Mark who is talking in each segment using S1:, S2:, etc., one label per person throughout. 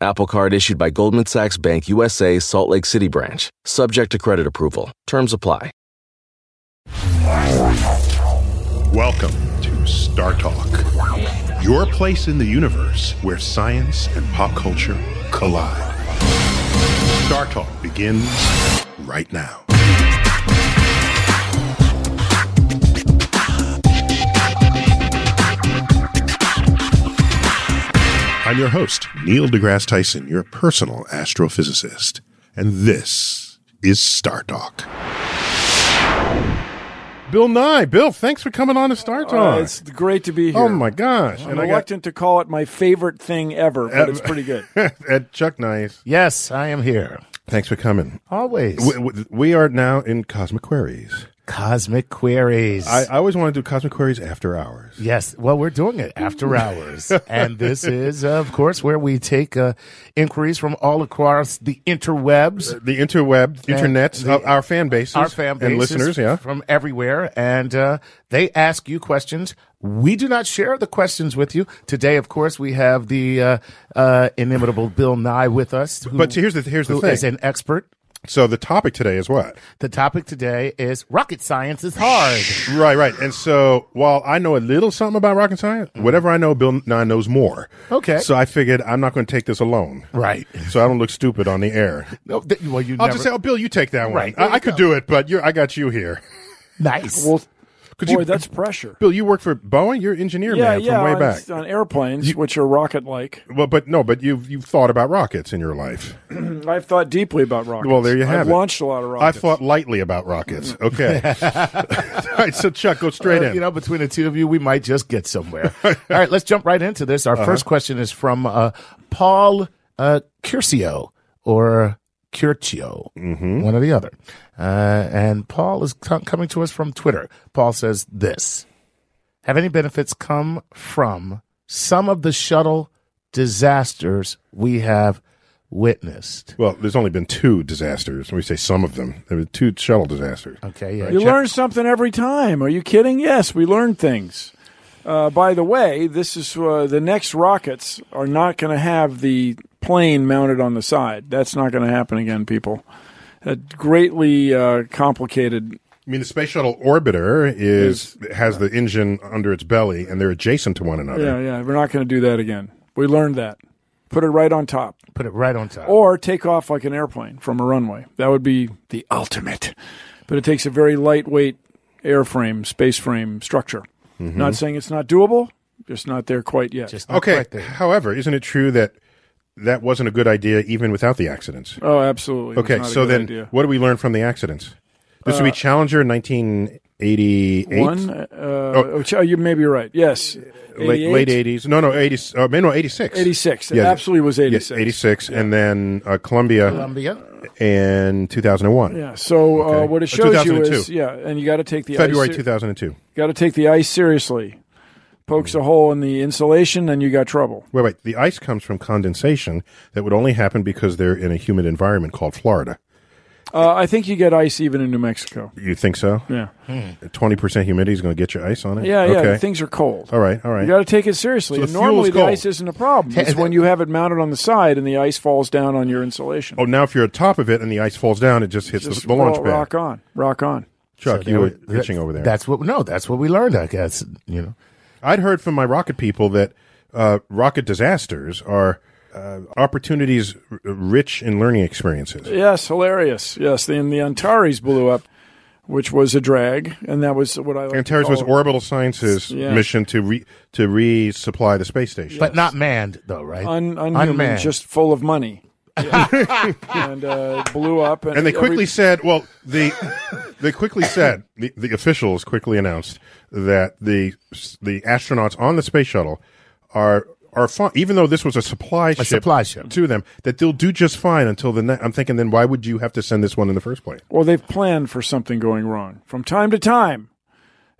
S1: Apple Card issued by Goldman Sachs Bank USA, Salt Lake City branch. Subject to credit approval. Terms apply.
S2: Welcome to Star Talk, your place in the universe where science and pop culture collide. Star Talk begins right now. I'm your host, Neil deGrasse Tyson, your personal astrophysicist, and this is Star Talk.
S3: Bill Nye. Bill, thanks for coming on to Star Talk.
S4: Uh, it's great to be here.
S3: oh my gosh!
S4: I'm reluctant to call it my favorite thing ever, but it's pretty good.
S3: at Chuck Nice.
S5: Yes, I am here.
S3: Thanks for coming.
S5: Always.
S3: We, we- we are now in Cosmic Queries.
S5: Cosmic Queries.
S3: I, I always want to do Cosmic Queries after hours.
S5: yes, well, we're doing it after hours. and this is, uh, of course, where we take uh, inquiries from all across the interwebs.
S3: The interweb, internet, uh, our fan bases,
S5: Our fan base
S3: Uh, and listeners, yeah.
S5: from everywhere, and uh, they ask you questions. We do not share the questions with you today. Of course, we have the uh, uh, inimitable Bill Nye with us, who,
S3: But here's the here's the
S5: who
S3: thing.
S5: is an expert.
S3: so the topic today is what?
S5: The topic today is rocket science is hard.
S3: Right, right. And so while I know a little something about rocket science, whatever I know, Bill Nye knows more.
S5: Okay.
S3: So I figured I'm not going to take this alone.
S5: Right.
S3: So I don't look stupid on the air.
S5: No, th- well, you
S3: I'll
S5: never,
S3: just say, oh, Bill, you take that one.
S5: Right.
S3: I, I could do it, but you're, I got you here.
S5: nice.
S4: Well,
S3: Could
S4: boy,
S3: you-
S4: that's pressure.
S3: Bill, you work for Boeing. You're an engineer
S4: yeah,
S3: man
S4: yeah,
S3: from way
S4: on,
S3: back.
S4: on airplanes, which are rocket-like.
S3: Well, but no, but you've you've thought about rockets in your life.
S4: I've thought deeply about rockets.
S3: Well, there you have
S4: I've
S3: it.
S4: launched a lot of
S3: I
S4: rockets.
S3: thought lightly about rockets. Okay. All right. So Chuck, go straight
S5: Uh,
S3: in.
S5: You know, between the two of you, we might just get somewhere. Uh-huh. All right, let's jump right into this. Our first question is from uh, Paul uh, Curcio or Curcio, one or the other. Uh, and Paul is co- coming to us from Twitter. Paul says this Have any benefits come from some of the shuttle disasters we have witnessed?
S3: well, there's only been two disasters. Let me say some of them. There were two shuttle disasters.
S5: Okay, yeah.
S4: You learn something every time. Are you kidding? Yes, we learn things. Uh, by the way, this is uh, the next rockets are not going to have the plane mounted on the side. That's not going to happen again, people. That greatly uh, complicated.
S3: I mean, the space shuttle orbiter is has
S5: uh,
S3: the engine under its belly, and they're adjacent to one another.
S4: Yeah, yeah. We're not going to do that again. We learned that. Put it right on top,
S5: Put it right on top.
S4: or take off like an airplane from a runway. That would be the ultimate. But it takes a very lightweight airframe, space frame structure.
S3: Mm-hmm.
S4: Not saying it's not doable. Just not there quite yet.
S5: Just not
S3: Okay.
S5: quite Oh, there.
S3: However, isn't it true that that wasn't a good idea even without the accidents?
S4: Oh, absolutely. It's
S3: Okay,
S4: not a
S3: so
S4: good
S3: then
S4: idea. Uh,
S3: what do we learn from the accidents? This would be Challenger 1988.
S4: one, uh, oh. ch- you may be right. Yes,
S3: Uh, Late,
S4: 88?
S3: late 80s. No, no, 80s. Uh, no, 86.
S4: 86. It
S3: Yeah.
S4: absolutely was
S3: Yeah,
S4: 86.
S3: 86, and then uh, Columbia,
S5: Columbia.
S3: in 2001.
S4: Yeah. So uh,
S3: Okay.
S4: what
S3: Uh,
S4: it shows you
S3: 2002.
S4: is, yeah, and you got to take the
S3: February
S4: ice,
S3: 2002.
S4: Got to take the ice seriously. Pokes
S3: Mm-hmm.
S4: a hole in the insulation, and you got trouble.
S3: Wait, wait. The ice comes from condensation that would only happen because they're in a humid environment called Florida.
S4: Uh, I think you get ice even in New Mexico.
S3: You think so?
S4: Yeah.
S3: 20% humidity is going to get your ice on it?
S4: Yeah. Yeah.
S3: Okay.
S4: Things are cold.
S3: all right, all
S4: You
S3: right.
S4: got to take it seriously.
S3: So the
S4: and normally
S3: fuel's cold.
S4: the ice isn't a problem. It's when you have it mounted on the side and the ice falls down on your insulation.
S3: oh, now if you're atop of it and the ice falls down, it just hits
S4: Just
S3: the, the launch
S4: roll-
S3: pad.
S4: rock on, rock on.
S3: Chuck,
S5: So
S3: you
S5: there
S3: were
S5: we- that-
S3: itching over there.
S5: That's what no, that's what we learned, I guess. You know.
S3: I'd heard from my rocket people that uh, rocket disasters are uh, opportunities r- rich in learning experiences.
S4: Yes, hilarious. Yes, then the Antares blew up which was a drag, and that was what I like
S3: And TERS was Orbital Sciences'
S4: Oh. Yeah.
S3: mission to re- to resupply the space station.
S5: but not manned though, right?
S4: un, unhuman,
S5: Unmanned.
S4: just full of money, Yeah. and uh, blew up. And,
S3: and they
S4: every-
S3: quickly said, well, the they quickly said the, the officials quickly announced that the the astronauts on the space shuttle are are fine, even though this was a supply ship,
S5: supply ship.
S3: to them that they'll do just fine until the next. I'm thinking, then why would you have to send this one in the first place?
S4: or they've planned for something going wrong from time to time.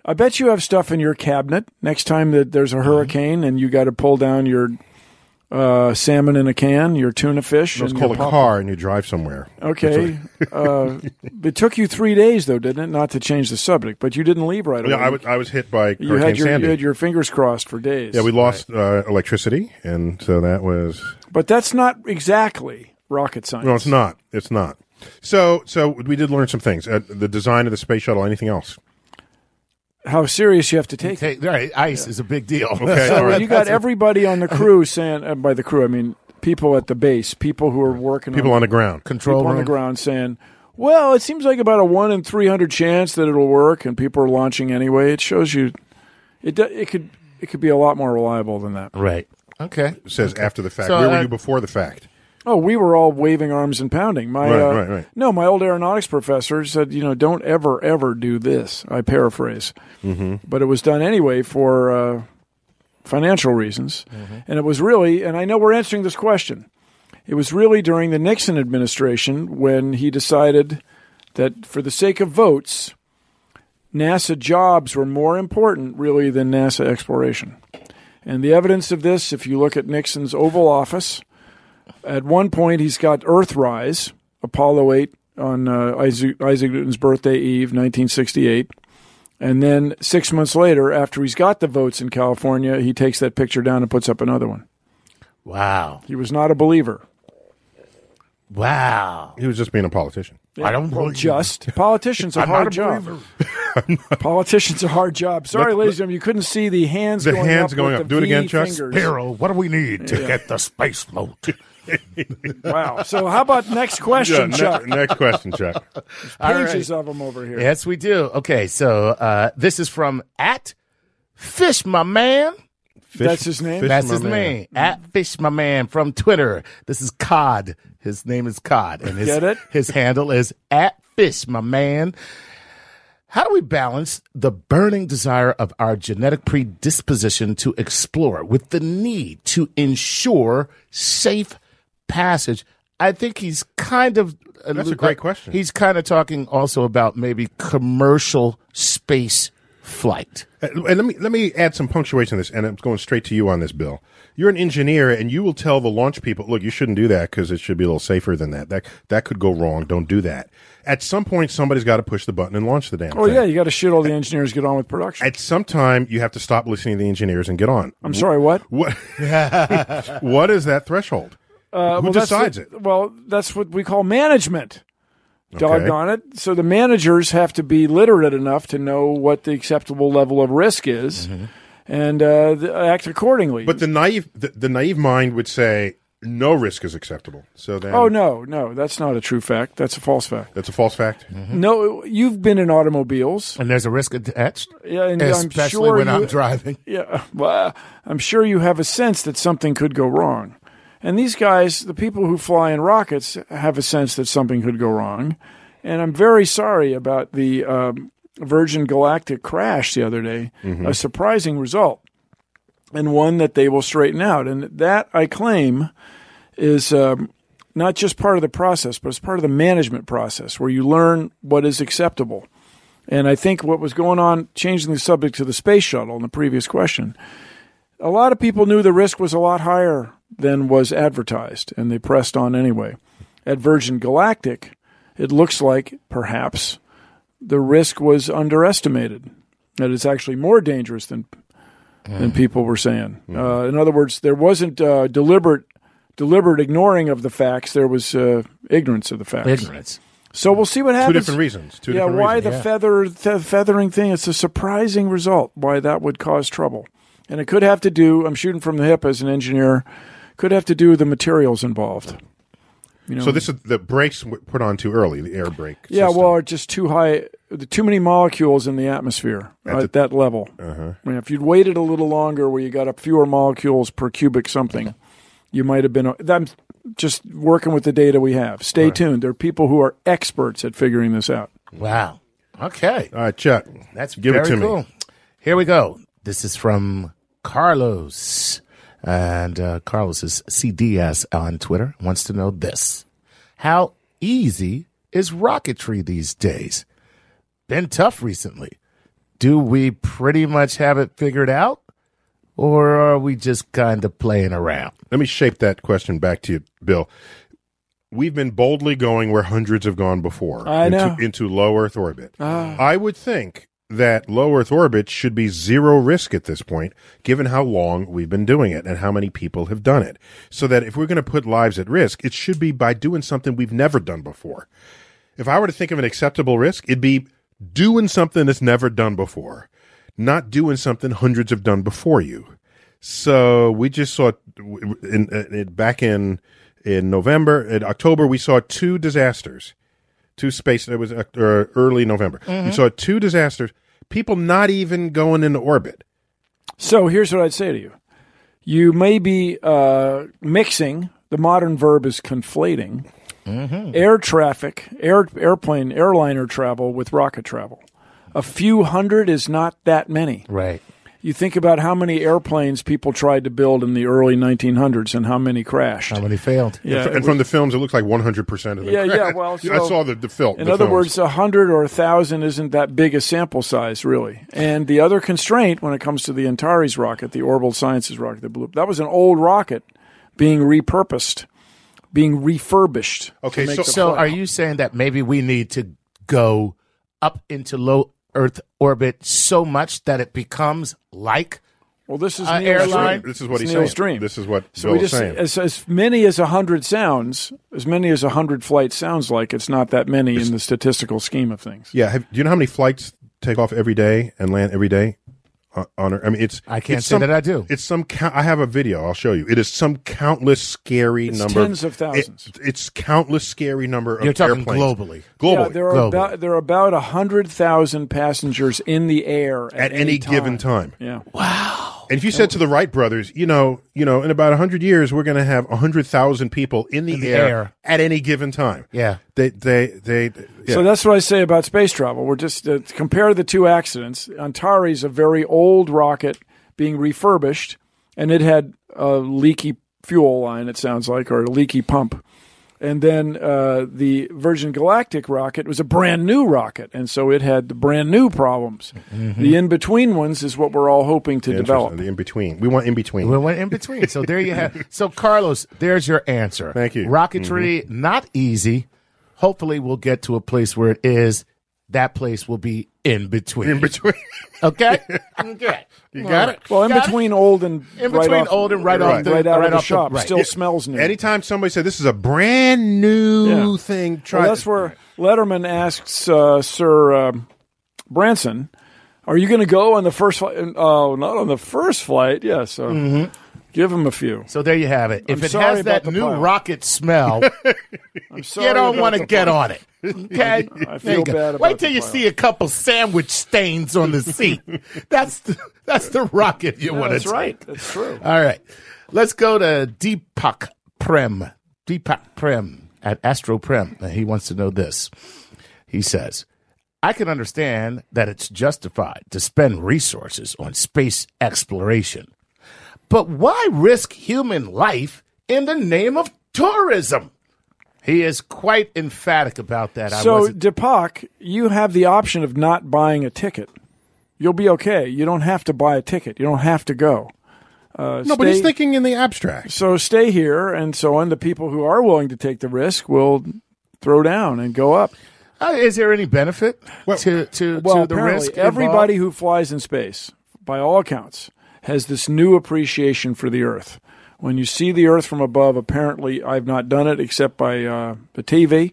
S4: I bet you have stuff in your cabinet next time that there's
S3: Mm-hmm.
S4: a hurricane and you got to pull down your uh, salmon in a can, your tuna fish.
S3: It's
S4: and
S3: called
S4: your
S3: a
S4: pop-
S3: car, and you drive somewhere.
S4: Okay. uh, it took you three days, though, didn't it? Not to change the subject, but you didn't leave right away.
S3: Yeah, I was I was hit by
S4: you,
S3: Hurricane
S4: had your,
S3: Sandy.
S4: you had your fingers crossed for days.
S3: yeah, we lost uh, electricity, and so that was
S4: but that's not exactly rocket science.
S3: no, it's not, it's not. So so we did learn some things. Uh, the design of the space shuttle. Anything else?
S4: How serious you have to take it.
S5: Take- all right, ice is a big deal.
S3: Okay, all right.
S4: you got everybody on the crew saying, and by the crew, I mean people at the base, people who are working
S3: People
S4: on,
S3: on the ground.
S5: Control
S4: people on the
S5: room.
S4: ground saying, well, it seems like about a 1 in 300 chance that it'll work, and people are launching anyway. It shows you it, do- it could it could be a lot more reliable than that.
S5: Right. Okay.
S3: says after the fact.
S5: So,
S3: Where
S5: uh,
S3: were you before the fact?
S4: Oh, we were all waving arms and pounding. My
S3: Right,
S4: uh,
S3: right, right.
S4: no, my old aeronautics professor said, you know, don't ever ever do this. I paraphrase, mm-hmm. but it was done anyway for uh, financial reasons,
S3: Mm-hmm.
S4: and it was really. And I know we're answering this question. It was really during the Nixon administration when he decided that for the sake of votes, NASA jobs were more important really than NASA exploration. And the evidence of this, if you look at Nixon's Oval Office, at one point he's got Earthrise, Apollo 8 on uh, Isaac, Isaac Newton's birthday eve, 1968. And then six months later, after he's got the votes in California, he takes that picture down and puts up another one.
S5: Wow.
S4: He was not a believer.
S5: Wow.
S3: He was just being a politician.
S5: I don't
S4: Well,
S5: believe-
S4: just politicians a
S5: I'm
S4: hard
S5: not a
S4: job. Politicians a hard job. Sorry, ladies and gentlemen, you couldn't see the hands.
S3: The
S4: going
S3: hands
S4: up
S3: going
S4: with
S3: up.
S4: the
S3: Do it
S4: V
S3: again, Chuck.
S4: fingers.
S5: Hero, what do we need to get the space float?
S4: Wow. So how about next question,
S3: ne-
S4: Chuck?
S3: next question, Chuck.
S4: Pages of them over here.
S5: yes, we do. Okay, so uh, this is from at Fish My Man.
S3: Fish-
S4: That's his name?
S3: Fish
S5: That's
S3: my
S5: his
S3: man.
S5: name. At Fish My Man from Twitter. This is Cod. His name is Cod. And his,
S4: Get it?
S5: his handle is at Fish My Man. How do we balance the burning desire of our genetic predisposition to explore with the need to ensure safe passage? I think he's kind of.
S3: That's a great question.
S5: He's kind of talking also about maybe commercial space flight.
S3: Uh, And let me let me add some punctuation to this, and I'm going straight to you on this, Bill. You're an engineer, and you will tell the launch people, "Look, you shouldn't do that because it should be a little safer than that. That that could go wrong. Don't do that." At some point, somebody's got to push the button and launch the damn
S4: Oh
S3: thing.
S4: yeah, you got to shoot all the engineers. Get on with production.
S3: At some time, you have to stop listening to the engineers and get on.
S4: I'm sorry, what?
S3: What what is that threshold? Who
S4: Uh, Well, that's
S3: decides
S4: the-
S3: it?
S4: Well, that's what we call management.
S3: Okay.
S4: Doggone it! So the managers have to be literate enough to know what the acceptable level of risk is, and uh, th- act accordingly.
S3: Mm-hmm. But the naive the, the naive mind would say no risk is acceptable. So then,
S4: oh no, no, that's not a true fact. That's a false fact.
S3: that's a false fact.
S4: No, you've been in automobiles.
S5: And there's a risk attached,
S4: Yeah, and I'm
S5: especially
S4: sure
S5: when
S4: you,
S5: I'm driving.
S4: yeah, well, I'm sure you have a sense that something could go wrong. And these guys, the people who fly in rockets, have a sense that something could go wrong. And I'm very sorry about the um, Virgin Galactic crash the other day, a surprising result, and one that they will straighten out. And that, I claim, is um, not just part of the process, but it's part of the management process where you learn what is acceptable. And I think what was going on, changing the subject to the space shuttle in the previous question, a lot of people knew the risk was a lot higher than was advertised, and they pressed on anyway. At Virgin Galactic, it looks like perhaps the risk was underestimated, that it's actually more dangerous than, than people were saying. Uh, in other words, there wasn't uh, deliberate, deliberate ignoring of the facts, there was uh, ignorance of the facts.
S5: Ignorance.
S4: So we'll see what
S3: Two
S4: happens
S3: different reasons. Two
S4: yeah,
S3: different
S4: why
S3: reasons.
S4: the feather the feathering thing? It's a surprising result. Why that would cause trouble, and it could have to do. I'm shooting from the hip as an engineer. Could have to do with the materials involved.
S3: So this is the brakes were put on too early, the air brake.
S4: Yeah,
S3: system.
S4: well, or just too high the- too many molecules in the atmosphere at, that level.
S3: Uh-huh.
S4: I mean, if you'd waited a little longer, where you got up fewer molecules per cubic something, you might have been. a- I'm just working with the data we have. Stay tuned. There are people who are experts at figuring this out.
S5: Wow. Okay.
S3: All right, Chuck.
S5: That's
S3: give
S5: very
S3: it to
S5: cool.
S3: me.
S5: Here we go. This is from Carlos, and uh, Carlos is CDS on Twitter. Wants to know this: How easy is rocketry these days? Been tough recently. Do we pretty much have it figured out, or are we just kind of playing around?
S3: Let me shape that question back to you, Bill. We've been boldly going where hundreds have gone before
S4: I
S3: into,
S4: know. Ah.
S3: into low Earth orbit. I would think that low Earth orbit should be zero risk at this point, given how long we've been doing it and how many people have done it. So that if we're going to put lives at risk, it should be by doing something we've never done before. If I were to think of an acceptable risk, it'd be doing something that's never done before, not doing something hundreds have done before you. So we just saw w- in, in, in- back in in November, in October, we saw two disasters, two space. It was uh, er, early November. You
S4: Mm-hmm.
S3: saw two disasters. People not even going into orbit.
S4: So here's what I'd say to you: You may be uh, mixing. The modern verb is conflating air traffic, air airplane, airliner travel with rocket travel. A few hundred is not that many.
S5: Right.
S4: You think about how many airplanes people tried to build in the early 1900s and how many crashed.
S5: How many failed?
S4: Yeah,
S3: and from the films, it looks like one hundred percent of them.
S4: Yeah, yeah, well,
S3: I
S4: so-
S3: saw the the film.
S4: In
S3: the
S4: other
S3: films.
S4: words, a hundred or a thousand isn't that big a sample size, really. And the other constraint when it comes to the Antares rocket, the Orbital Sciences rocket, the blue, that was an old rocket being repurposed, being refurbished.
S3: okay, so,
S5: So are you saying that maybe we need to go up into low Earth orbit so much that it becomes like
S4: Well, this is
S5: Uh,
S4: Neil's
S5: airline-
S4: dream.
S3: this is what
S4: It's
S3: he's
S4: Neil's
S3: saying.
S4: dream.
S3: This is what
S4: So
S3: Bill's
S4: we just
S3: saying.
S4: as, as many as a hundred sounds, as many as a hundred flights sounds like it's not that many in the statistical scheme of things.
S3: Yeah. Have, do you know how many flights take off every day and land every day? On, on Earth? I mean, it's.
S5: I can't
S3: it's
S5: say that I do.
S3: It's some. Count, I have a video. I'll show you. It is some countless scary
S4: It's
S3: number.
S4: tens of thousands.
S3: It- it's countless scary number of
S5: You're talking
S3: airplanes.
S5: globally.
S3: Globally.
S4: Yeah, there are
S5: globally.
S4: about there are about hundred thousand passengers in the air
S3: at
S4: at,
S3: any, given time.
S4: Yeah.
S3: And if you said to the Wright brothers, you know, you know, in about 100 years we're going to have 100,000 people in the,
S5: In the
S3: air,
S5: air.
S3: at any given time.
S5: Yeah.
S3: They they they yeah.
S4: So that's what I say about space travel. We're just uh, compare the two accidents. Antares, a very old rocket being refurbished, and it had a leaky fuel line. It sounds like, or a leaky pump. And then uh, the Virgin Galactic rocket was a brand new rocket, and so it had the brand new problems. The in between ones is what we're all hoping to
S3: Mm-hmm. Interesting.
S4: develop.
S3: The in between. We want in between.
S5: We went in between. So there you have. So Carlos, there's your answer.
S3: Thank you.
S5: Rocketry
S4: Mm-hmm.
S5: not easy. Hopefully, we'll get to a place where it is. That place will be in between.
S3: in between.
S5: Okay. okay.
S3: you got it.
S4: Well, in
S5: Got it.
S4: between old and
S5: In
S4: right
S5: between
S4: off-
S5: old and right off the-
S4: right out
S5: right
S4: of the
S5: off the-
S4: shop
S5: right.
S4: still
S5: Yeah.
S4: smells new.
S3: Anytime somebody said this is a brand new
S4: Yeah.
S3: thing, try
S4: Well, that's
S3: it.
S4: where Letterman asks uh, Sir uh, Branson, "Are you going to go on the first flight? Oh, not on the first flight. Yeah, so give him a few.
S5: So there you have it. If
S4: I'm
S5: it
S4: sorry
S5: has that
S4: about the
S5: new
S4: pile.
S5: rocket smell,
S4: I'm sorry
S5: you don't
S4: about
S5: want
S4: the-
S5: to get on it. Okay.
S4: I
S5: There you
S4: feel
S5: go.
S4: bad about
S5: Wait till
S4: the
S5: you
S4: pile.
S5: see a couple sandwich stains on the seat. that's the, that's the rocket you
S4: No,
S5: want to
S4: that's
S5: take.
S4: right. That's true.
S5: All right. Let's go to Deepak Prem. Deepak Prem at Astro Prem. And He wants to know this. He says, I can understand that it's justified to spend resources on space exploration, but why risk human life in the name of tourism? He is quite emphatic about that. I
S4: so
S5: wasn't
S4: Deepak, you have the option of not buying a ticket. You'll be okay. You don't have to buy a ticket. You don't have to go. Uh,
S3: No, but he's
S4: stay-
S3: thinking in the abstract.
S4: So stay here and so on. The people who are willing to take the risk will throw down and go up.
S5: Uh, is there any benefit
S3: Well-
S5: to, to,
S4: well,
S5: to the
S4: apparently,
S5: risk?
S4: everybody
S5: involved?
S4: who flies in space, by all accounts, has this new appreciation for the Earth. When you see the Earth from above, apparently, I've not done it except by uh, the TV.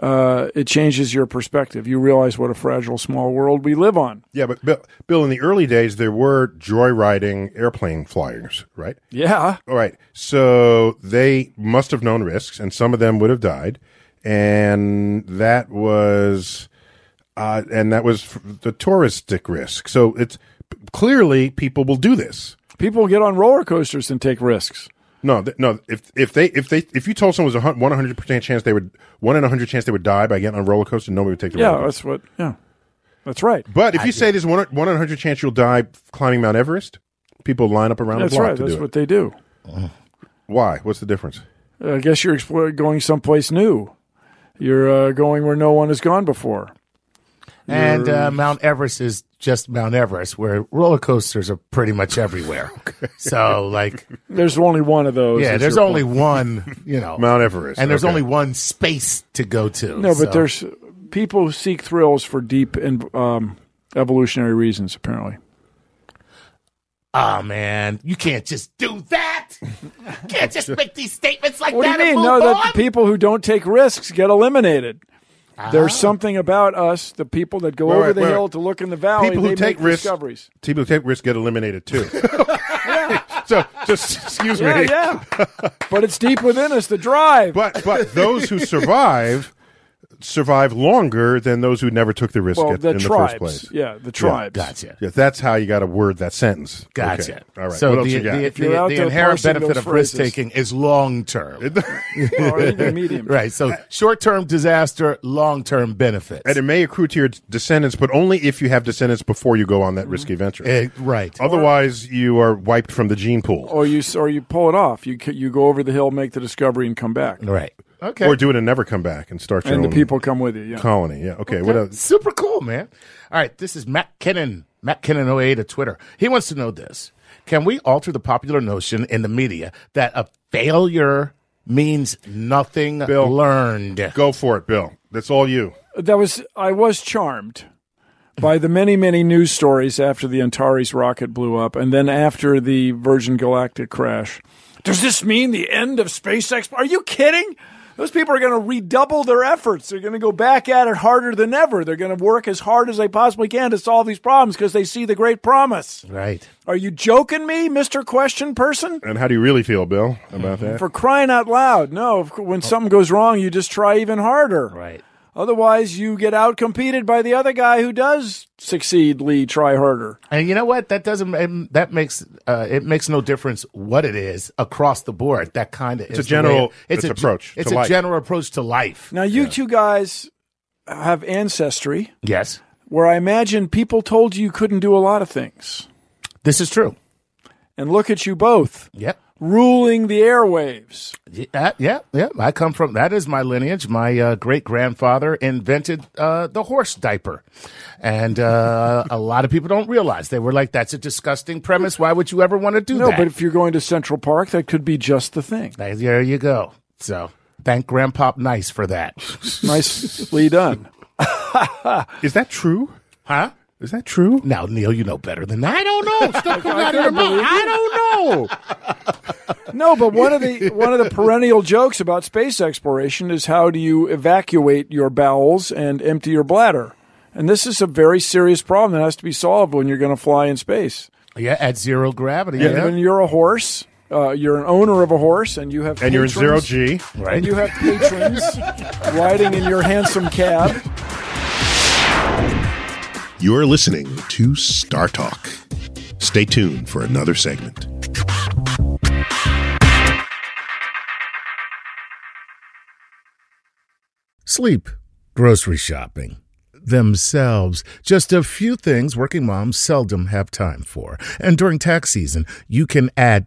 S4: Uh, it changes your perspective. You realize what a fragile, small world we live on.
S3: Yeah, but Bill, Bill, in the early days, there were joyriding airplane flyers, right?
S4: Yeah,
S3: All right. So they must have known risks, and some of them would have died. And that was, uh, and that was f- the touristic risk. So it's clearly people will do this.
S4: People get on roller coasters and take risks.
S3: No, th- no. If if they if they if you told someone it was a one hundred percent chance they would one in hundred chance they would die by getting on a roller coaster, nobody would take the
S4: Yeah,
S3: roller coaster.
S4: that's what. Yeah, that's right.
S3: But if you say there's one one in hundred chance you'll die climbing Mount Everest, people line up around
S4: That's
S3: the block
S4: right.
S3: to
S4: That's
S3: do
S4: what
S3: it.
S4: they do.
S3: Why? What's the difference?
S4: I guess you're explore- going someplace new. You're uh, going where no one has gone before.
S5: And uh, Mount Everest is just Mount Everest, where roller coasters are pretty much everywhere. So, like,
S4: There's only one of those.
S5: yeah,
S4: is
S5: there's
S4: your
S5: only
S4: point.
S5: one, you know,
S3: Mount Everest,
S5: and there's
S3: okay.
S5: only one space to go to.
S4: no, but
S5: So-
S4: there's people seek thrills for deep and um, evolutionary reasons. Apparently,
S5: Ah, man, you can't just do that. You can't just make these statements like
S4: what do
S5: that.
S4: you mean?
S5: And
S4: No,
S5: move
S4: that
S5: on.
S4: the people who don't take risks get eliminated. There's something about us, the people that
S3: Ah.
S4: go
S3: Wait,
S4: over
S3: wait,
S4: the
S3: wait.
S4: hill to look in the valley.
S3: People
S4: they
S3: who
S4: make
S3: take risks,
S4: discoveries.
S3: people who take risks get eliminated too. so just excuse
S4: Yeah,
S3: me.
S4: yeah. but it's deep within us. The drive.
S3: But but those who survive survive longer than those who never took the risk
S4: well,
S3: at-
S4: the
S3: in
S4: tribes.
S3: the first place.
S4: Yeah, the tribes.
S5: Gotcha.
S3: Yeah, that's how you got to word that sentence.
S5: Gotcha.
S3: Okay. All right.
S5: So
S3: what else
S5: the,
S3: you got?
S5: the,
S4: you're
S5: the-
S4: out
S5: the
S4: there
S5: inherent
S4: parsing
S5: benefit of
S4: those
S5: risk
S4: phrases.
S5: taking is long term.
S4: or even medium.
S5: right. So short term disaster, long term benefits.
S3: and it may accrue to your descendants, but only if you have descendants before you go on that risky venture.
S5: Eh, right.
S3: Otherwise, you are wiped from the gene pool,
S5: Oh,
S4: Or you or you pull it off. You c- you go over the hill, make the discovery, and come back.
S5: Right. Okay.
S3: or do it and never come back and start your
S4: And the
S3: own
S4: people come with you. Yeah.
S3: colony. Yeah. Okay. What else?
S5: Super cool, man. All right, this is Matt Kennan, Matt Kennan 08 at Twitter. He wants to know this. Can we alter the popular notion in the media that a failure means nothing
S3: Bill.
S5: learned?
S3: Go for it, Bill. That's all you.
S4: That was I was charmed by the many many news stories after the Antares rocket blew up, and then after the Virgin Galactic crash. Does this mean the end of space exp? Are you kidding? Those people are going to redouble their efforts. They're going to go back at it harder than ever. They're going to work as hard as they possibly can to solve these problems because they see the great promise.
S5: Right.
S4: Are you joking me, Mr. Question Person?
S3: And how do you really feel, Bill, about
S5: Mm-hmm.
S3: that?
S4: For crying out loud. No, of cou- when something goes wrong, you just try even harder.
S5: Right.
S4: Otherwise, you get outcompeted by the other guy who does succeed, Lee, try harder.
S5: And you know what? That doesn't. um, That makes uh, it makes no difference what it is across the board. That kind of it's
S3: a general- it's approach
S5: It's
S3: to
S5: a
S3: life.
S5: general approach to life.
S4: Now, you two guys have ancestry
S5: Yes,
S4: where I imagine people told you you couldn't do a lot of things.
S5: this is true.
S4: And look at you both
S5: Yep.
S4: ruling the airwaves.
S5: Yeah, uh, yeah, yeah. I come from that is my lineage. My uh, great grandfather invented uh, the horse diaper, and uh, a lot of people don't realize they were like, "That's a disgusting premise. Why would you ever want to do
S4: No,
S5: that?"
S4: but if you're going to Central Park, that could be just the thing.
S5: Like, there you go. So thank Grandpop Nice for that,
S4: Nicely done.
S3: Is that true?
S5: huh?
S3: Is that true?
S5: Now, Neil, you know better than that. I don't know. Stuff comes out of
S4: couldn't
S5: your mouth.
S4: believe
S5: I don't know.
S4: No, but one of the one of the perennial jokes about space exploration is how do you evacuate your bowels and empty your bladder? And this is a very serious problem that has to be solved when you're going to fly in space.
S5: Yeah, at zero gravity.
S4: And when
S5: Yeah.
S4: you're a horse, uh, you're an owner of a horse, and you have
S3: And you're in zero
S4: patrons-
S3: G.
S4: and you have patrons riding in your handsome cab.
S2: You're listening to Star Talk. Stay tuned for another segment.
S5: Sleep, grocery shopping, themselves. Just a few things working moms seldom have time for. And during tax season, you can add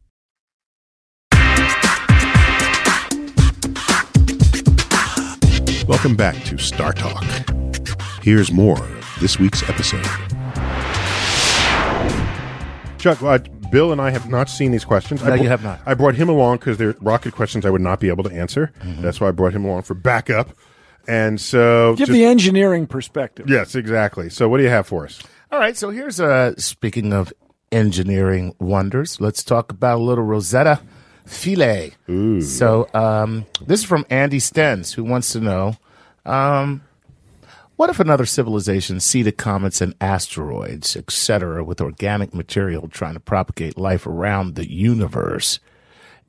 S2: Welcome back to Star Talk. Here's more of this week's episode.
S3: Chuck, uh, Bill and I have not seen these questions.
S5: No,
S3: I
S5: you have not.
S3: I brought him along because they're rocket questions I would not be able to answer.
S5: Mm-hmm.
S3: That's why I brought him along for backup. And so,
S4: Give
S3: just-
S4: the engineering perspective.
S3: yes, exactly. So, what do you have for us?
S5: All right, so here's uh speaking of engineering wonders, let's talk about a little Rosetta Filet. So um, this is from Andy Stenz, who wants to know um, what if another civilization seeded comets and asteroids, etc., with organic material trying to propagate life around the universe?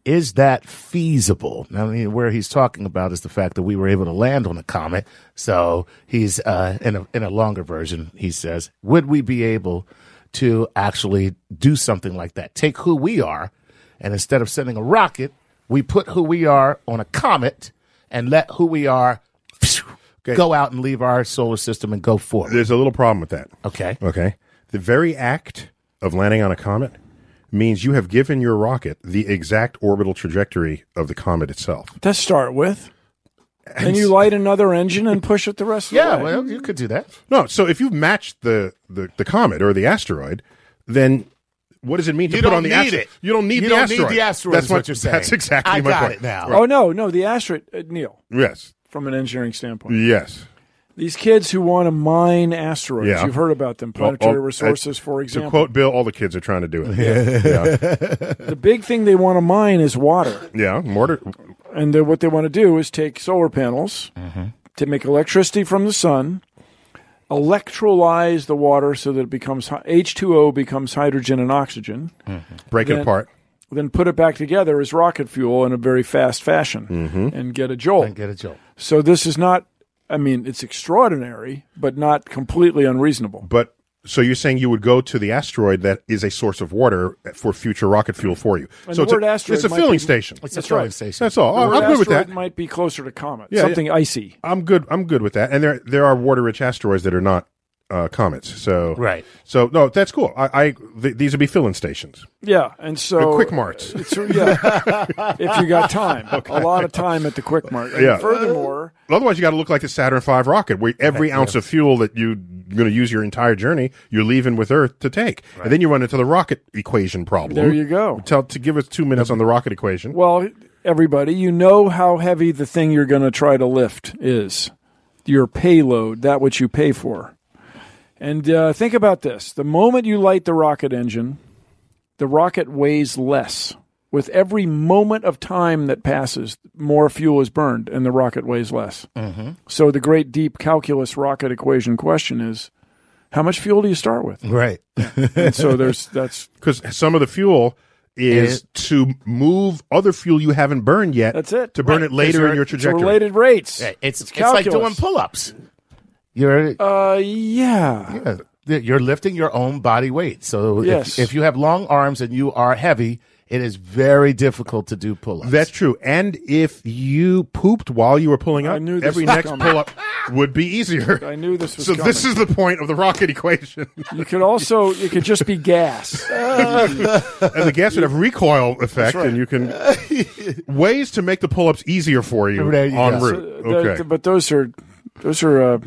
S5: Is that feasible? Now, I mean, where he's talking about is the fact that we were able to land on a comet. So he's uh, in a in a longer version. He says, "Would we be able to actually do something like that? Take who we are, and instead of sending a rocket, we put who we are on a comet and let who we are phew, go out and leave our solar system and go forward."
S3: There's a little problem with that.
S5: Okay.
S3: Okay. The very act of landing on a comet means you have given your rocket the exact orbital trajectory of the comet itself.
S4: To start with, and you light another engine and push it the rest of
S5: Yeah,
S4: the way.
S5: well, you could do that.
S3: No, so if you've matched the, the, the comet or the asteroid, then what does it mean to
S5: You
S3: put
S5: don't
S3: on the
S5: need
S3: asteroid?
S5: it.
S3: You don't need the
S5: You don't need
S3: asteroid.
S5: the asteroid
S3: That's
S5: is what you're saying.
S3: That's exactly
S5: I
S3: my
S5: got
S3: point.
S5: it now.
S4: Oh no, no, the asteroid uh, Neil,
S3: Yes.
S4: from an engineering standpoint.
S3: Yes.
S4: These kids who want to mine asteroids,
S3: Yeah.
S4: you've heard about them,
S3: Well,
S4: planetary
S3: all-
S4: resources,
S3: I-
S4: for example.
S3: To quote Bill, all the kids are trying to do it. Yeah.
S4: the big thing they want to mine is water.
S3: yeah. Mortar.
S4: And then what they want to do is take solar panels
S3: Mm-hmm.
S4: to make electricity from the sun, electrolyze the water so that it becomes hy- H2O becomes hydrogen and oxygen,
S3: Break it apart.
S4: then put it back together as rocket fuel in a very fast fashion
S3: Mm-hmm.
S4: and get a jolt.
S5: Get a joke.
S4: so this is not I mean, it's extraordinary, but not completely unreasonable.
S3: But so you're saying you would go to the asteroid that is a source of water for future rocket fuel for you.
S4: And
S3: so
S4: the
S3: it's, a-
S4: word asteroid
S3: it's a
S4: might
S3: filling
S4: be-
S3: station.
S5: It's
S4: That's
S5: a filling
S4: right.
S5: station.
S3: That's all.
S4: The word
S3: I'm good with
S4: asteroid
S3: that.
S4: Might be closer to comet,
S3: Yeah,
S4: something icy.
S3: I'm good. I'm good with that. And there there are water rich asteroids that are not uh, comets. So
S5: Right.
S3: So no, that's cool. I, I th- these would be filling stations,
S4: Yeah, and so
S3: the quick marts.
S4: It's, yeah, if you got time, a lot of time at the quick mart. And
S3: Yeah.
S4: Furthermore,
S3: Otherwise, you got to look like the Saturn V rocket, where every ounce of fuel that you- you're going to use your entire journey, you're leaving with Earth to take, and then you run into the rocket equation problem.
S4: There you go.
S3: Tell to give us two minutes on the rocket equation.
S4: well, everybody, you know how heavy the thing you're going to try to lift is. Your payload, that which you pay for. And uh, think about this: the moment you light the rocket engine, the rocket weighs less. With every moment of time that passes, more fuel is burned, and the rocket weighs less.
S3: Mm-hmm.
S4: So the great deep calculus rocket equation question is: how much fuel do you start with?
S5: Right.
S4: and so there's that's
S3: because some of the fuel is to move other fuel you haven't burned yet.
S4: That's it.
S3: To burn
S5: Right,
S3: it later in
S5: because
S3: your
S4: it's
S3: trajectory.
S4: related rates.
S5: It's it's, like doing
S4: calculus.
S5: pull-ups. You're
S4: Uh, yeah.
S5: yeah, you're lifting your own body weight. So if-
S4: Yes.
S5: if, you have long arms and you are heavy, it is very difficult to do pull-ups.
S3: That's true. And if you pooped while you were pulling up,
S4: knew this
S3: every
S4: was
S3: next
S4: coming.
S3: pull up would be easier.
S4: I knew this was
S3: so this is the point of the rocket equation,
S4: You could also it could just be gas.
S3: and the gas would have recoil effect, and you can ways to make the pull-ups easier for you,
S5: There you
S3: en
S5: go.
S4: Uh,
S3: route.
S4: They're-
S3: okay,
S4: But those are those are uh,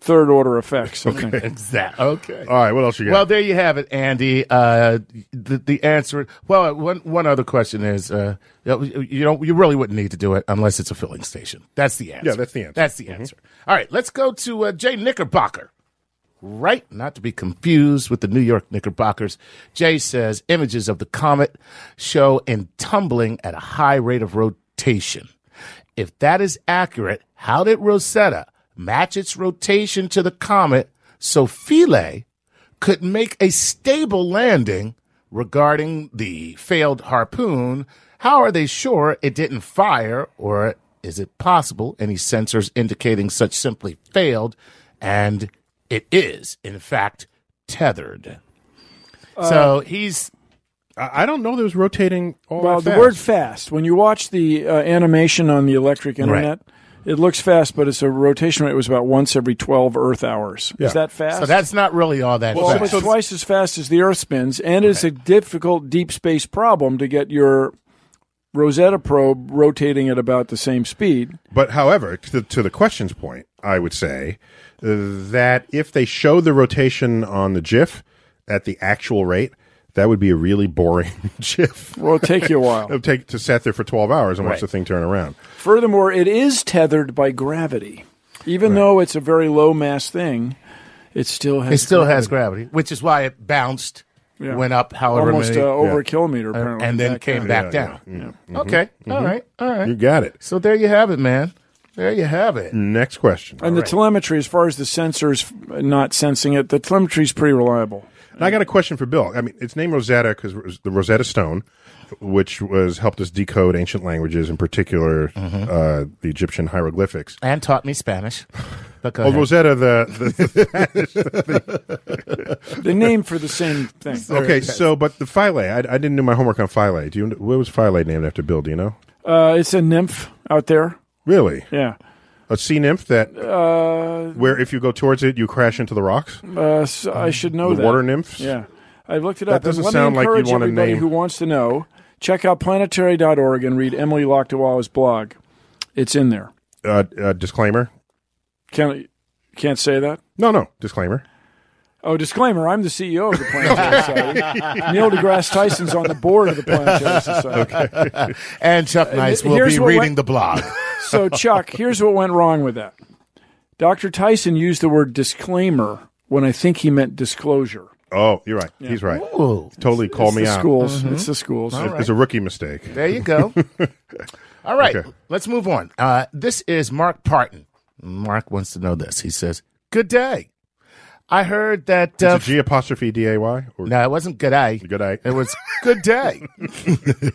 S4: third order effects. I think.
S5: exactly okay.
S3: all right. What else you got?
S5: Well, there you have it, Andy. Uh, the, the answer. Well, one one other question is, uh, you know, you really wouldn't need to do it unless it's a filling station. That's the answer.
S3: Yeah, that's the answer. Mm-hmm.
S5: That's the answer. All right, let's go to uh, Jay Knickerbocker. Right, not to be confused with the New York Knickerbockers. Jay says images of the comet show in tumbling at a high rate of rotation. If that is accurate, how did Rosetta match its rotation to the comet so Philae could make a stable landing regarding the failed harpoon. How are they sure it didn't fire, or is it possible any sensors indicating such simply failed and it is, in fact, tethered? so he's
S3: I I don't know. There was rotating. All
S4: Well,
S3: that
S4: the
S3: fast.
S4: word fast. When you watch the uh, animation on the electric internet, it looks fast, but it's a rotation rate was about once every twelve Earth hours. Is that fast?
S5: so that's not really all that
S3: Well,
S4: Well,
S5: fast.
S4: it's twice as fast as the Earth spins, and it's a difficult deep space problem to get your Rosetta probe rotating at about the same speed.
S3: But however, to, to the question's point, I would say uh, that if they show the rotation on the GIF at the actual rate, that would be a really boring GIF.
S4: Well, it'll take you a
S3: It
S4: while.
S3: would take to sat there for twelve hours and watch
S5: Right.
S3: the thing turn around.
S4: Furthermore, it is tethered by gravity. Even though it's a very low mass thing, it still has
S5: it still has gravity, which is why it bounced,
S4: Yeah.
S5: went up however
S4: almost uh,
S5: many,
S4: over a kilometer,
S5: and,
S4: apparently,
S5: and then
S4: back
S5: came
S4: down.
S5: back
S3: Yeah,
S5: down.
S3: Mm.
S5: Okay, all right, all right.
S3: You got it.
S5: So there you have it, man. There you have it.
S3: Next question.
S4: And the telemetry, as far as the sensors f- not sensing it, the telemetry is pretty reliable.
S3: And I got a question for Bill. I mean, it's named Rosetta because the Rosetta Stone, which was helped us decode ancient languages, in particular
S5: Mm-hmm.
S3: uh, the Egyptian hieroglyphics.
S5: and taught me Spanish. But go
S3: Oh,
S5: ahead.
S3: Rosetta, the, the
S4: The name for the same thing.
S3: Okay, so but the Philae, I, I didn't do my homework on Philae. Do you? What was Philae named after Bill? Do you know?
S4: Uh, it's a nymph out there.
S3: Really,
S4: Yeah.
S3: a sea nymph that where if you go towards it, you crash into the rocks.
S4: Uh, so I should know
S3: Mm. the
S4: that.
S3: water nymphs.
S4: Yeah, I looked it
S3: That
S4: up. And
S3: doesn't
S4: let
S3: sound
S4: me
S3: like you'd
S4: encourage
S3: want to
S4: everybody
S3: name-
S4: who wants to know. Check out planetary.org and read Emily Lakdawala's blog. It's in there.
S3: Uh, uh, disclaimer.
S4: Can can't say that.
S3: No, no disclaimer.
S4: Oh, disclaimer: I'm the CEO of the Planetary Society. Neil deGrasse Tyson's on the board of the Planetary Society.
S5: and Chuck Nice will
S4: here's
S5: be
S4: what
S5: reading
S4: went-
S5: the blog.
S4: So, Chuck, here's what went wrong with that. Dr. Tyson used the word disclaimer when I think he meant disclosure.
S3: Oh, you're right. He's right.
S5: Ooh,
S3: Totally call
S4: it's
S3: me
S4: the
S3: out.
S4: schools. It's the schools.
S3: It- It's a rookie mistake.
S5: there you go. All right,
S3: Okay.
S5: let's move on. Uh, this is Mark Parton. Mark wants to know this. He says, "Good day. I heard that." Uh,
S3: It's a G apostrophe D A Y or
S5: no, it wasn't good day.
S3: good eye.
S5: It was good day.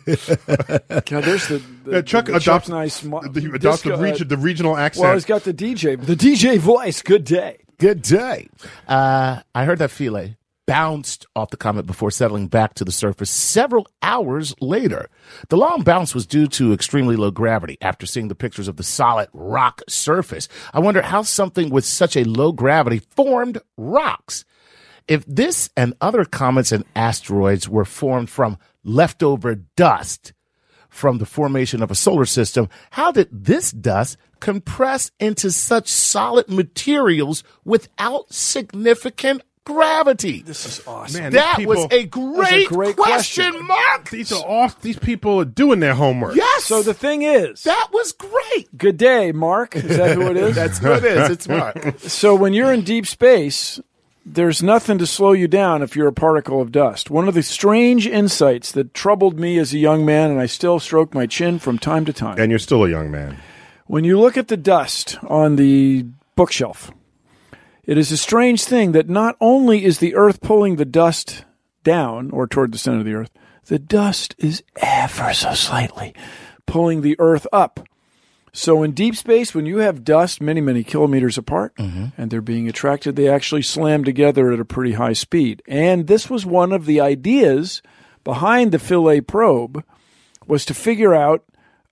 S4: God, there's the, the-
S3: Uh, Chuck
S4: the
S3: adopts
S4: Nice mo-
S3: the, you adopt
S4: disco-
S3: the,
S4: uh,
S3: region, the regional accent.
S4: Well, he's got the DJ, the DJ voice. Good day.
S5: good day. Uh, I heard that Philae bounced off the comet before settling back to the surface several hours later. The long bounce was due to extremely low gravity. After seeing the pictures of the solid rock surface, I wonder how something with such a low gravity formed rocks. If this and other comets and asteroids were formed from leftover dust from the formation of a solar system, how did this dust compress into such solid materials without significant gravity?
S4: This is awesome.
S3: Man,
S5: that
S3: these
S5: was
S3: people-
S5: a great,
S4: great
S5: question,
S4: question.
S5: mark.
S3: These are off. These people are doing their homework.
S5: Yes.
S4: So the thing is,
S5: that was great.
S4: good day, Mark. Is that who it is?
S5: That's who it is. It's Mark.
S4: so when you're in deep space, there's nothing to slow you down if you're a particle of dust. One of the strange insights that troubled me as a young man, and I still stroke my chin from time to time.
S3: And you're still a young man.
S4: When you look at the dust on the bookshelf, it is a strange thing that not only is the earth pulling the dust down or toward the center of the earth, the dust is ever so slightly pulling the earth up. So in deep space, when you have dust many, many kilometers apart
S3: Mm-hmm.
S4: and they're being attracted, they actually slam together at a pretty high speed. And this was one of the ideas behind the Philae probe was to figure out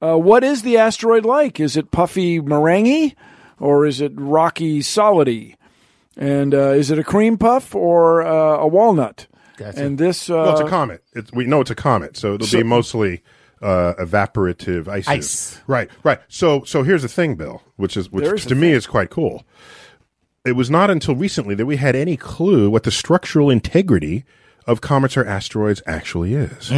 S4: uh, what is the asteroid like? Is it puffy meringue or is it rocky solidy? And uh, is it a cream puff or uh, a walnut? And this, uh,
S3: Well, it's a comet. It's, we know it's a comet, so it'll be mostly uh, evaporative ice.
S5: Ice.
S3: Right, right. So, so here's the thing, Bill, which is which
S4: There is
S3: to
S4: a
S3: me is quite cool. It was not until recently that we had any clue what the structural integrity of comets or asteroids actually is.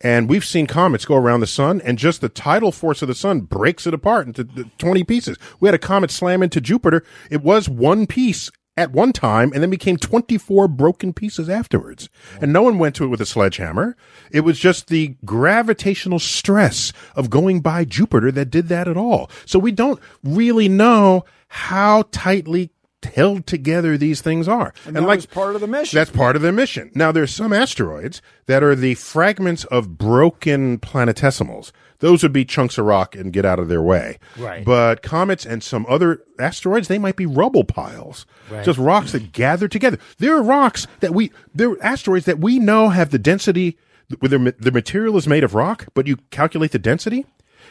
S3: And we've seen comets go around the sun, and just the tidal force of the sun breaks it apart into th- 20 pieces. We had a comet slam into Jupiter. It was one piece at one time and then became 24 broken pieces afterwards. And no one went to it with a sledgehammer. It was just the gravitational stress of going by Jupiter that did that at all. So we don't really know how tightly held together these things are.
S4: and, that was part of the mission.
S3: That's part of the mission. Now, there's some asteroids that are the fragments of broken planetesimals. Those would be chunks of rock and get out of their way.
S5: Right.
S3: But comets and some other asteroids, they might be rubble piles. Just rocks that gather together. There are rocks that we, there are asteroids that we know have the density, where the, the material is made of rock, but you calculate the density,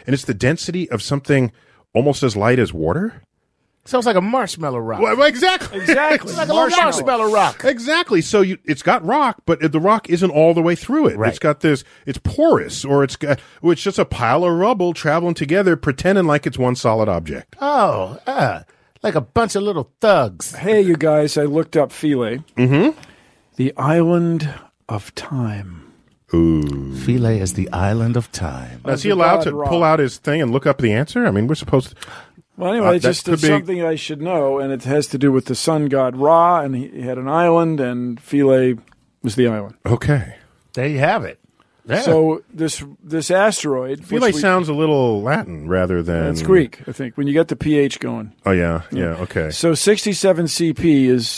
S3: and it's the density of something almost as light as water.
S5: Sounds like a marshmallow rock.
S3: Well, exactly.
S4: exactly.
S5: like a little marshmallow rock.
S3: Exactly. So you, it's got rock, but the rock isn't all the way through it.
S5: Right.
S3: It's got this. It's porous, or it's got. Well, it's just a pile of rubble traveling together, pretending like it's one solid object.
S5: Oh, uh, like a bunch of little thugs.
S4: Hey, you guys, I looked up Philae. Mm-hmm. The island of time.
S5: Philae is the island of time.
S3: Now, is he allowed
S4: God
S3: to
S4: rock.
S3: pull out his thing and look up the answer? I mean, we're supposed to.
S4: Well,
S3: Uh,
S4: anyway, it's
S3: that
S4: just
S3: could
S4: it's
S3: be-
S4: something I should know, and it has to do with the sun god Ra, and he, he had an island, and Philae was the island.
S3: Okay.
S5: There you have it.
S4: So this this asteroid,
S3: I feel
S4: which
S3: like
S4: we-
S3: sounds a little Latin rather than.
S4: That's Greek, I think. When you get the pH going,
S3: Oh yeah, yeah. Okay.
S4: so 67 CP is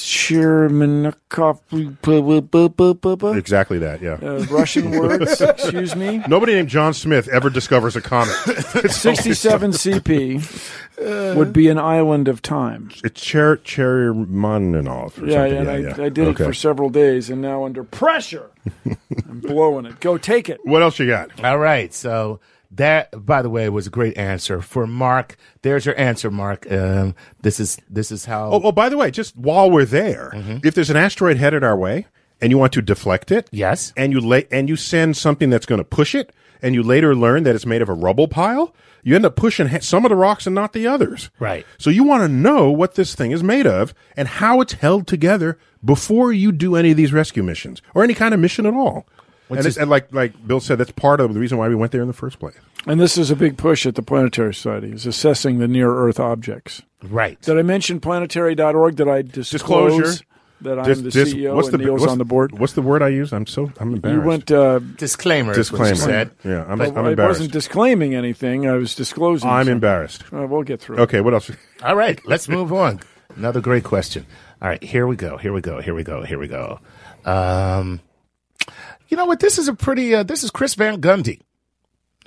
S4: Shermanikov,
S3: Exactly that. Yeah.
S4: uh, Russian words. Excuse me.
S3: Nobody named John Smith ever discovers a comet.
S4: 67 CP would be an island of time.
S3: it's Cher Chermaninov or
S4: Yeah,
S3: something.
S4: and I, I did
S3: Okay.
S4: it for several days, and now under pressure, I'm blowing it. Go take it.
S3: What else you got?
S5: All right. So that, by the way, was a great answer for Mark. There's your answer, Mark. Um, this is this is how.
S3: Oh, oh, by the way, just while we're there,
S5: Mm-hmm.
S3: if there's an asteroid headed our way and you want to deflect it,
S5: Yes.
S3: and you la- and you send something that's going to push it, and you later learn that it's made of a rubble pile, you end up pushing he- some of the rocks and not the others.
S5: Right.
S3: So you want to know what this thing is made of and how it's held together before you do any of these rescue missions or any kind of mission at all. And, it's, and like like Bill said, that's part of the reason why we went there in the first place.
S4: And this is a big push at the Planetary Society, is assessing the near-Earth objects.
S3: oh.
S5: Right.
S4: Did I mention planetary.org? Did I disclose
S3: Disclosure.
S4: that I'm
S3: Just-
S4: the
S3: just-
S4: CEO
S3: what's
S4: and
S3: the-
S4: Neil's
S3: what's-
S4: on the board?
S3: What's the word I use? I'm so I'm embarrassed.
S4: You went. Uh,
S5: Disclaimer. is what
S3: disclaimer.
S5: you said.
S3: Yeah, I'm,
S4: but
S3: I'm
S4: I wasn't
S3: embarrassed.
S4: disclaiming anything. I was disclosing.
S3: I'm
S4: something.
S3: embarrassed.
S4: Uh, we'll get through. it.
S3: Okay, what else?
S5: All right, let's move on. Another great question. All right, here we go. Here we go. Here we go. Here we go. Um, you know what? This is a pretty. Uh, this is Chris Van Gundy.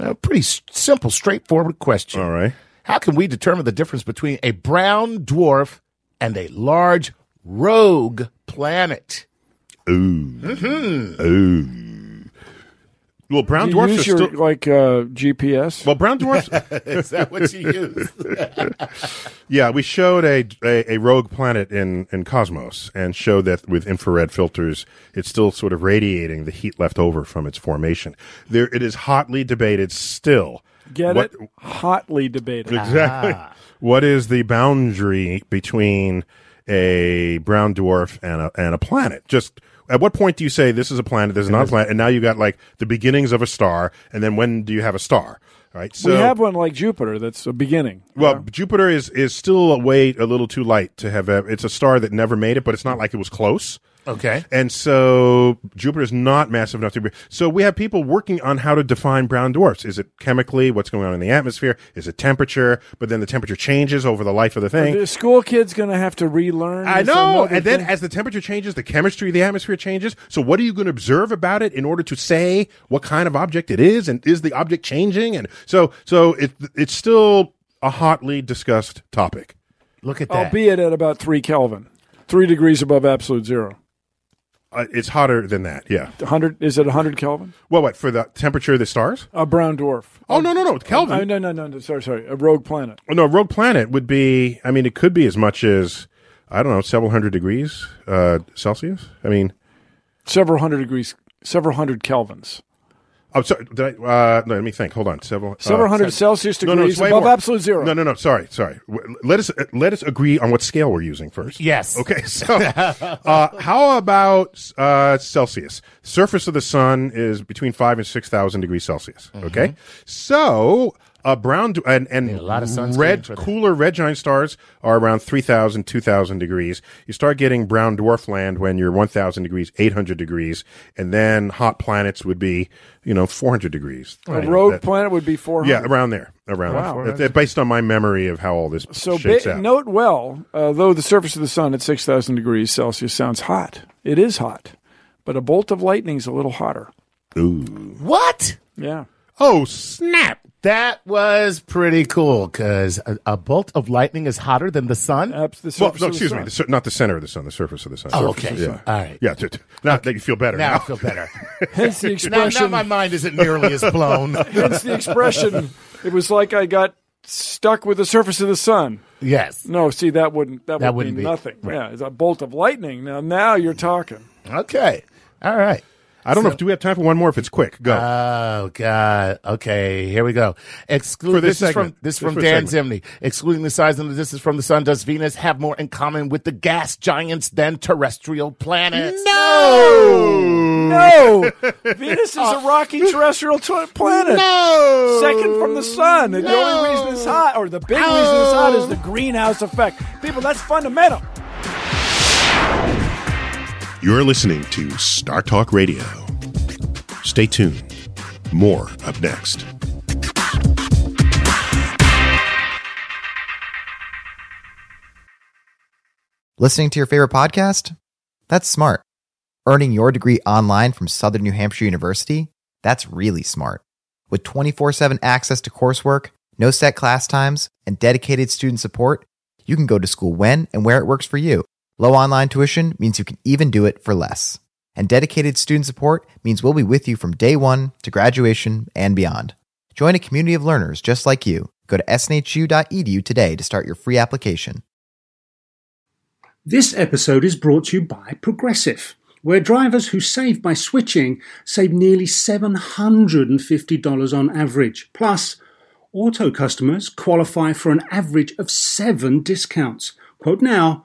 S5: A pretty s- simple, straightforward question.
S3: All right.
S5: How can we determine the difference between a brown dwarf and a large rogue planet?
S3: Ooh. Ooh. Well, brown
S4: You
S3: dwarfs are
S4: use your
S3: still.
S4: like uh, GPS.
S3: well, brown dwarfs.
S5: Is that what you use?
S3: Yeah, we showed a, a, a rogue planet in, in Cosmos and showed that with infrared filters, it's still sort of radiating the heat left over from its formation. There, it is hotly debated still.
S4: Get
S3: what,
S4: it? Hotly debated.
S3: Exactly. Ah. What is the boundary between a brown dwarf and a, and a planet? Just at what point do you say this is a planet, this is not a planet, and now you got like the beginnings of a star, and then when do you have a star? Right. So
S4: we have one like Jupiter. That's a beginning.
S3: well, Jupiter is is still a way a little too light to have. A, it's a star that never made it, but it's not like it was close.
S5: Okay.
S3: And so Jupiter's not massive enough to be. So we have people working on how to define brown dwarfs. Is it chemically? What's going on in the atmosphere? Is it temperature? But then the temperature changes over the life of the thing.
S4: The school kid's going to have to relearn.
S3: I
S4: this
S3: know.
S4: another
S3: And then
S4: thing.
S3: as the temperature changes, the chemistry of the atmosphere changes. So what are you going to observe about it in order to say what kind of object it is? And is the object changing? And so, so it, it's still a hotly discussed topic.
S5: Look at that.
S4: albeit at about three Kelvin, three degrees above absolute zero.
S3: Uh, it's hotter than that. Yeah.
S4: 100 is it 100 Kelvin?
S3: Well, what for the temperature of the stars?
S4: A brown dwarf.
S3: Oh no, no, no. Kelvin.
S4: Oh, no, no, no, no. Sorry, sorry. A rogue planet.
S3: Well, no, Rogue Planet would be. I mean, it could be as much as I don't know, several hundred degrees uh, Celsius. I mean,
S4: Several hundred degrees, several hundred Kelvins.
S3: I'm sorry. Did I, uh, no, let me think. Hold on, several
S4: Several
S3: uh,
S4: hundred
S3: se-
S4: Celsius degrees
S3: it's way
S4: above
S3: more.
S4: absolute zero.
S3: No, no, no. Sorry, sorry. W- Let us uh, let us agree on what scale we're using first.
S5: Yes.
S3: Okay. So, uh, how about uh, Celsius? Surface of the sun is between five and six thousand degrees Celsius. Okay. So. Uh, brown d- and and
S5: Mm-hmm. a lot of sunscreen
S3: red
S5: for that.
S3: cooler red giant stars are around 3,000, 2,000 degrees. You start getting brown dwarf land when you're 1,000 degrees, 800 degrees, and then hot planets would be, you know, 400 degrees.
S4: A rogue
S3: That-
S4: planet would be 400.
S3: yeah, around there, around
S4: Wow.
S3: there. That- Based on my memory of how all this
S4: So
S3: shakes
S4: ba-
S3: out.
S4: note well, uh, though the surface of the sun at 6,000 degrees Celsius sounds hot, it is hot. But a bolt of lightning's a little hotter.
S5: What?
S4: Yeah.
S3: Oh snap!
S5: That was pretty cool because a, a bolt of lightning is hotter than the sun.
S4: Abs- the
S3: Well,
S4: surface
S3: no,
S4: of the
S3: excuse me,
S4: sun.
S3: the, sur- not the center of the sun, the surface of the sun.
S5: Oh,
S3: Surface
S5: okay.
S3: of the sun.
S5: All right.
S3: Yeah, t- t- now that you feel better.
S5: Now I
S3: Now,
S5: feel better.
S4: Hence the
S5: now, now
S4: expression.
S5: my mind isn't nearly as blown.
S4: hence the expression. It was like I got stuck with the surface of the sun.
S5: yes.
S4: No, see that wouldn't that,
S5: That
S4: would
S5: wouldn't
S4: mean
S5: be-
S4: nothing. Yeah, it's a bolt of lightning. Now now you're talking.
S5: Okay. All right.
S3: I don't know if do we have time for one more. If it's quick, go.
S5: Oh God. Okay, here we go.
S3: For
S5: Exclude
S3: this
S5: this, is from
S3: segment.
S5: this is
S3: This
S5: from
S3: for
S5: Dan Zimney. Excluding the size and the distance from the sun, does Venus have more in common with the gas giants than terrestrial planets?
S4: No, no. Venus is a rocky terrestrial t- planet.
S5: No.
S4: Second from the sun, and the only reason it's hot, or the big reason it's hot, is the greenhouse effect. People, that's fundamental.
S2: You're listening to Star Talk Radio. Stay tuned. More up next.
S6: Listening to your favorite podcast? That's smart. Earning your degree online from Southern New Hampshire University? That's really smart. With 24 7 access to coursework, no set class times, and dedicated student support, you can go to school when and where it works for you. Low online tuition means you can even do it for less. And dedicated student support means we'll be with you from day one to graduation and beyond. Join a community of learners just like you. Go to snhu.edu E today to start your free application.
S7: This episode is brought to you by Progressive, where drivers who save by switching save nearly $750 on average. Plus, auto customers qualify for an average of seven discounts. Quote now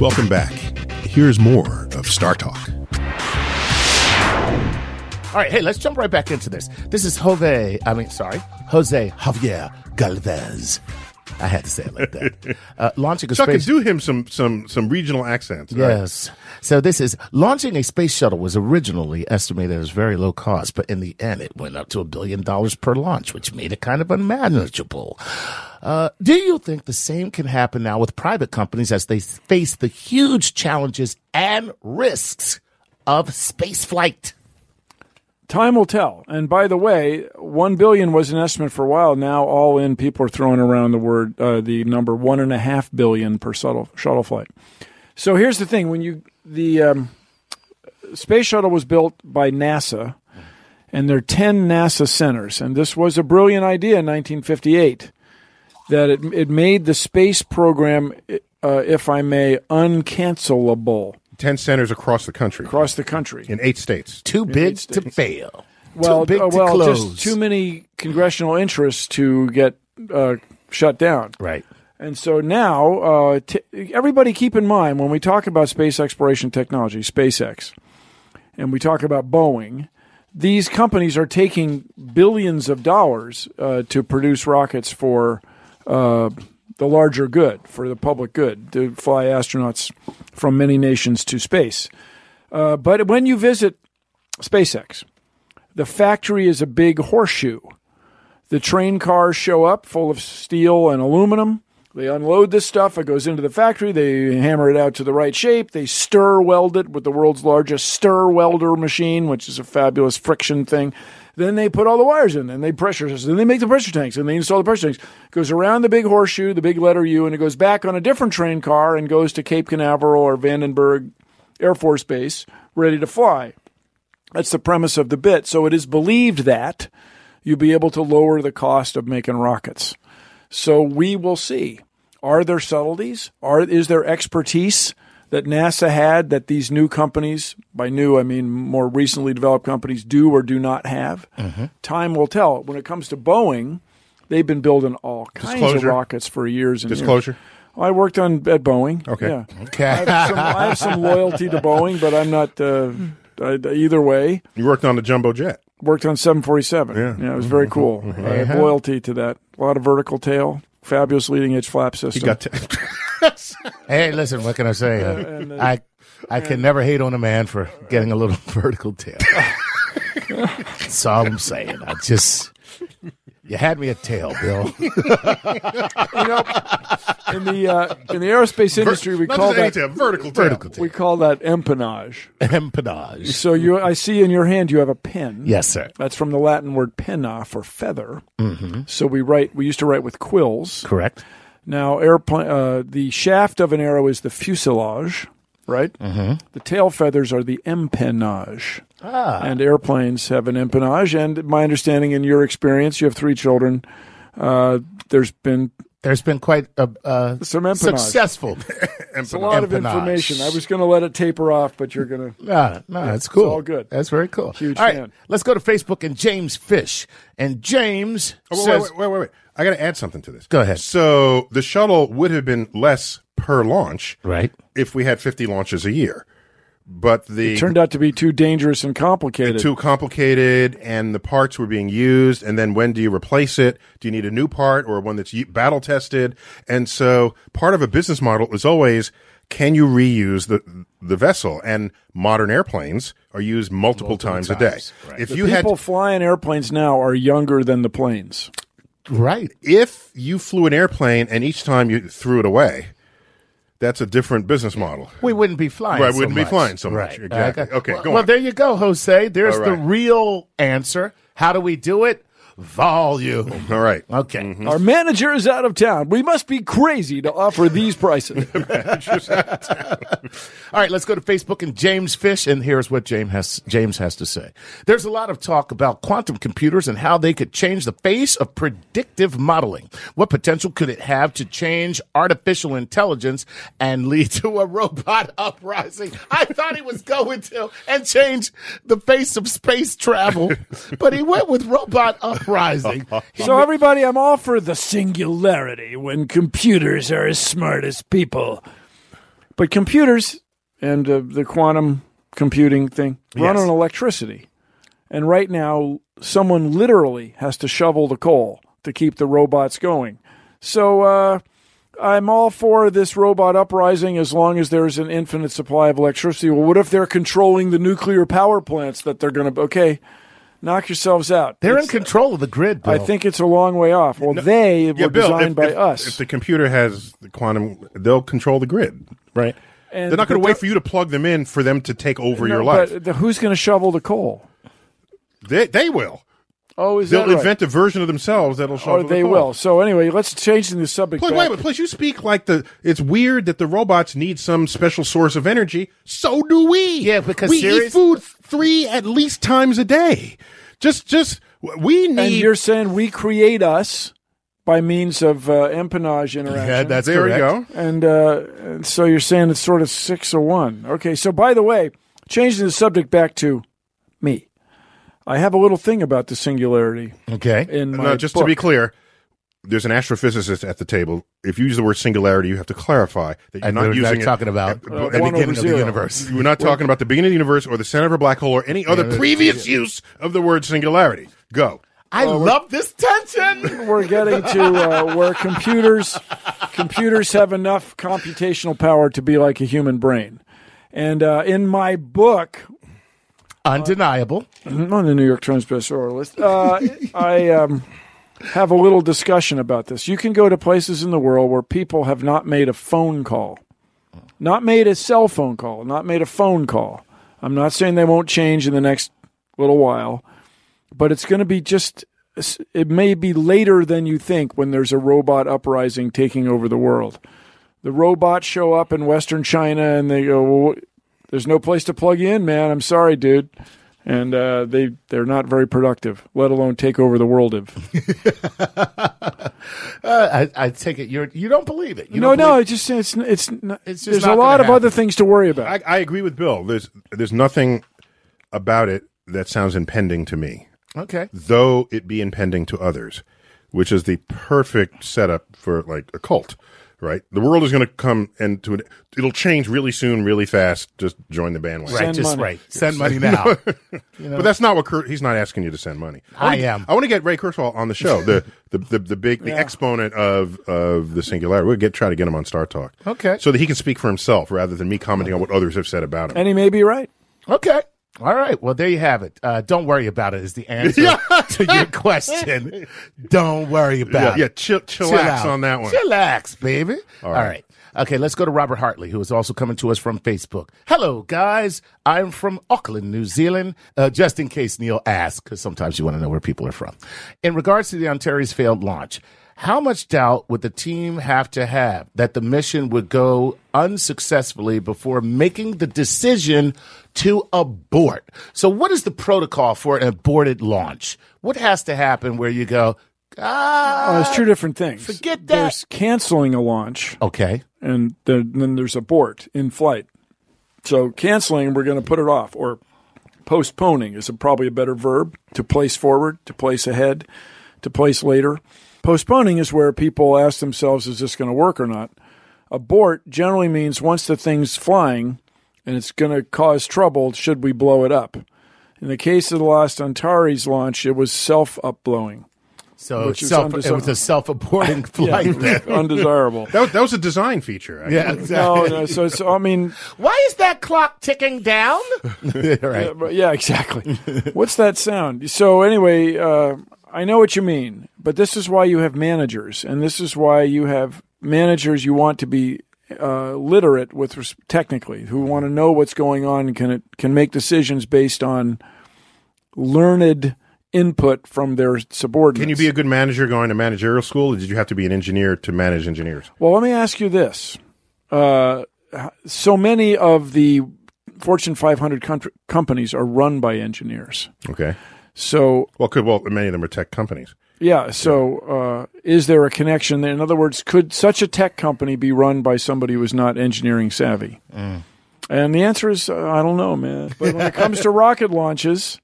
S2: Welcome back. Here's more of Star Talk.
S5: All right, hey, let's jump right back into this. This is Jove, I mean, sorry, Jose Javier Galvez. I had to say it like that. Uh, launching a
S3: Chuck
S5: space.
S3: can do him some some some regional accents. uh, right?
S5: Yes. So this is launching a space shuttle was originally estimated as very low cost, but in the end, it went up to a billion dollars per launch, which made it kind of unmanageable. Uh, do you think the same can happen now with private companies as they face the huge challenges and risks of space flight?
S4: Time will tell. And by the way, one billion was an estimate for a while. Now, all in, people are throwing around the word, uh, the number one and a half billion per shuttle shuttle flight. So here's the thing: when you the um, space shuttle was built by NASA, and there are ten NASA centers, and this was a brilliant idea in 1958 that it it made the space program, uh, if I may, uncancelable
S3: Ten centers across the country,
S4: across the country.
S3: in eight states.
S5: Too big to fail.
S4: well,
S5: too big
S4: uh,
S5: to
S4: well,
S5: close.
S4: just too many congressional interests to get uh, shut down.
S5: right.
S4: And so now, uh, t- everybody keep in mind when we talk about space exploration technology, SpaceX, and we talk about Boeing, these companies are taking billions of dollars uh, to produce rockets for uh, the larger good, for the public good, to fly astronauts from many nations to space. Uh, but when you visit SpaceX, the factory is a big horseshoe. The train cars show up full of steel and aluminum. They unload this stuff. It goes into the factory. They hammer it out to the right shape. They stir weld it with the world's largest stir welder machine, which is a fabulous friction thing. Then they put all the wires in and they pressure Then they make the pressure tanks and they install the pressure tanks. It goes around the big horseshoe, the big letter U, and it goes back on a different train car and goes to Cape Canaveral or Vandenberg Air Force Base ready to fly. That's the premise of the bit. So it is believed that you'll be able to lower the cost of making rockets. So we will see. Are there subtleties? Are is there expertise that NASA had that these new companies, by new I mean more recently developed companies, do or do not have?
S3: Mm-hmm.
S4: Time will tell. When it comes to Boeing, they've been building all kinds
S3: Disclosure.
S4: of rockets for years and years.
S3: Disclosure.
S4: I worked on at Boeing.
S3: Okay.
S4: Yeah. I
S5: Okay.
S4: have, some, I have some loyalty to Boeing, but I'm not. Uh, I, either way,
S3: You worked on the jumbo jet.
S4: worked on 747. Yeah, it was
S3: Mm-hmm.
S4: very cool. I have loyalty to that. A lot of vertical tail, fabulous leading edge flap
S3: He
S4: system.
S3: got t-
S5: Hey, listen, what can I say? Uh, I I can never hate on a man for getting a little vertical tail. That's all I'm saying. I just you had me a tail, Bill.
S4: in the uh, in the aerospace industry, we
S3: Not
S4: call
S3: just any
S4: that
S3: tail, vertical tail.
S5: Vertical tail.
S4: we call that empennage.
S5: Empennage.
S4: So you, I see in your hand, you have a pen.
S5: Yes, sir.
S4: That's from the Latin word penna for feather. Mm-hmm. So we write. We used to write with quills.
S5: Correct.
S4: Now, airplane, uh, the shaft of an arrow is the fuselage, right? Mm-hmm. The tail feathers are the empennage. Ah. And airplanes have an empennage. And my understanding, in your experience, you have three children. Uh, there's been
S5: There's been quite a uh,
S4: Some empennage.
S5: successful.
S4: it's a lot of
S5: Empennage.
S4: information. I was going to let it taper off, but you're going to.
S5: No, no, that's cool.
S4: all good.
S5: That's very cool.
S4: Huge
S5: all right,
S4: fan.
S5: let's go to Facebook and James Fish. And James
S3: Oh, wait,
S5: says,
S3: wait, wait, wait, wait. I got to add something to this.
S5: Go ahead.
S3: So the shuttle would have been less per launch,
S5: Right.
S3: If we had fifty launches a year, but the
S4: Turned out to be too dangerous and complicated.
S3: too complicated, and the parts were being used. And then when do you replace it? Do you need a new part or one that's battle tested? And so part of a business model is always can you reuse the the vessel? And modern airplanes are used multiple, times, a day. If you had
S4: People flying airplanes now are younger than the planes.
S5: right.
S3: if you flew an airplane and each time you threw it away, that's a different business model.
S5: we wouldn't be flying.
S3: Right,
S5: so
S3: wouldn't be
S5: much.
S3: flying so much.
S5: Right.
S3: Exactly. Okay,
S5: well,
S3: go
S5: well,
S3: on.
S5: there you go, Jose. There's
S3: All
S5: the
S3: right.
S5: real answer. How do we do it? volume.
S3: All right.
S5: Okay.
S4: Our manager is out of town. We must be crazy to offer these prices.
S5: All right, let's go to Facebook and James Fish, and here's what James has, James has to say. There's a lot of talk about quantum computers and how they could change the face of predictive modeling. What potential could it have to change artificial intelligence and lead to a robot uprising? I thought he was going to and change the face of space travel, but he went with robot uprising.
S4: so, everybody, I'm all for the singularity when computers are as smart as people. But computers and uh, the quantum computing thing run
S5: Yes.
S4: on electricity. And right now, someone literally has to shovel the coal to keep the robots going. So, uh, I'm all for this robot uprising as long as there's an infinite supply of electricity. Well, what if they're controlling the nuclear power plants that they're going to? Okay, knock yourselves out.
S5: They're in
S4: It's-
S5: control of the grid, Bill.
S4: I think it's a long way off. Well, they were designed
S3: if,
S4: by
S3: if-
S4: us.
S3: If the computer has the quantum, they'll control the grid, right?
S4: And-
S3: They're not going to
S4: but
S3: wait
S4: the-
S3: for you to plug them in for them to take over
S4: No,
S3: your life.
S4: But the- who's going to shovel the coal?
S3: They, they will.
S4: Oh, is
S3: They'll
S4: that right?
S3: invent a version of themselves that'll show.
S4: or they will. So anyway, let's change the subject.
S3: Plus,
S4: back.
S3: wait, but plus you speak like the. It's weird that the robots need some special source of energy. So do we.
S5: Yeah, because
S3: we
S5: serious-
S3: eat food three at least times a day. Just, just we
S4: and
S3: need.
S4: you're saying we create us by means of uh, empennage interaction.
S5: yeah, that's
S3: there we
S5: correct.
S3: go.
S4: And, uh, and so you're saying it's sort of six or one. Okay. So by the way, changing the subject back to me, I have a little thing about the singularity
S5: Okay.
S4: in my
S3: No, just to be
S4: book.
S3: clear, there's an astrophysicist at the table. If you use the word singularity, you have to clarify that you're
S5: And
S3: not
S5: we're
S3: using
S5: not
S3: it
S5: talking about
S3: at-
S5: the
S3: at
S4: one
S5: beginning
S4: over
S5: of the
S4: zero.
S5: universe.
S3: We're not talking about the beginning of the universe or the center of a black hole or any other previous use of the word singularity. Go.
S5: I love this tension.
S4: we're getting to uh, where computers computers have enough computational power to be like a human brain. And uh, in my book,
S5: Undeniable.
S4: on the New York Times bestseller list, uh, I um, have a little discussion about this. You can go to places in the world where people have not made a phone call, not made a cell phone call, not made a phone call. I'm not saying they won't change in the next little while, but it's going to be just. It may be later than you think when there's a robot uprising taking over the world. The robots show up in Western China and they go, well, wh- "There's no place to plug you in, man. I'm sorry, dude." And uh, they they're not very productive, let alone take over the world. If
S5: Uh, I, I take it you're you don't believe it. You
S4: no,
S5: don't
S4: no,
S5: believe-
S4: it's just it's it's, not,
S5: It's just
S4: there's
S5: not
S4: a lot
S5: gonna
S4: of other
S5: happen.
S4: things to worry about.
S3: I, I agree with Bill. There's there's nothing about it that sounds impending to me,
S5: Okay.
S3: though it be impending to others, which is the perfect setup for like a cult, right? The world is going to come and to an, it'll change really soon, really fast. Just join the bandwagon.
S5: Right.
S4: Send
S5: just
S4: money.
S5: right. Send money now.
S3: But that's not what Kurt. He's not asking you to send money.
S5: I
S3: wanna-
S5: am.
S3: I want to get Ray Kurzweil on the show. The the the, the big the exponent of of the singularity. We'll get try to get him on Star Talk.
S5: Okay.
S3: So that he can speak for himself rather than me commenting on what others have said about him.
S4: and he may be right.
S5: Okay. All right. Well, there you have it. Uh, don't worry about it is the answer to your question. Don't worry
S3: Yeah,
S5: about
S3: yeah.
S5: it.
S3: Chill, chillax
S5: out.
S3: on that one.
S5: Chillax, baby. All right. Okay, let's go to Robert Hartley, who is also coming to us from Facebook. Hello, guys. I'm from Auckland, New Zealand, uh, just in case Neil asks, because sometimes you want to know where people are from. In regards to the Ontario's failed launch, how much doubt would the team have to have that the mission would go unsuccessfully before making the decision to abort? So, what is the protocol for an aborted launch? What has to happen where you go, ah,
S4: Uh, it's two different things.
S5: forget that.
S4: There's canceling a launch,
S5: okay.
S4: and then, then there's abort in flight. So canceling, we're going to put it off, or postponing is a, probably a better verb to place forward, to place ahead, to place later. Postponing is where people ask themselves, is this going to work or not? Abort generally means once the thing's flying and it's going to cause trouble, should we blow it up? In the case of the last Antares launch, it was self upblowing.
S5: So
S4: Which is
S5: self, it
S4: undesir-
S5: was a self-aborting flight. then.
S4: undesirable.
S3: That was, that was a design feature. I
S5: Yeah,
S3: think.
S4: No,
S5: exactly.
S4: no. So it's, I mean,
S5: Why is that clock ticking down? right.
S4: yeah, yeah, exactly. What's that sound? So anyway, uh, I know what you mean, but this is why you have managers, and this is why you have managers you want to be uh, literate with res- technically, who want to know what's going on and can can make decisions based on learned input from their subordinates.
S3: Can you be a good manager going to managerial school, or did you have to be an engineer to manage engineers?
S4: Well, let me ask you this. Uh, h- so many of the Fortune 500 contr- companies are run by engineers.
S3: Okay.
S4: So,
S3: Well, could well many of them are tech companies.
S4: yeah, so uh, is there a connection there? In other words, could such a tech company be run by somebody who is not engineering savvy? And the answer is uh, I don't know, man. But when it comes to rocket launches,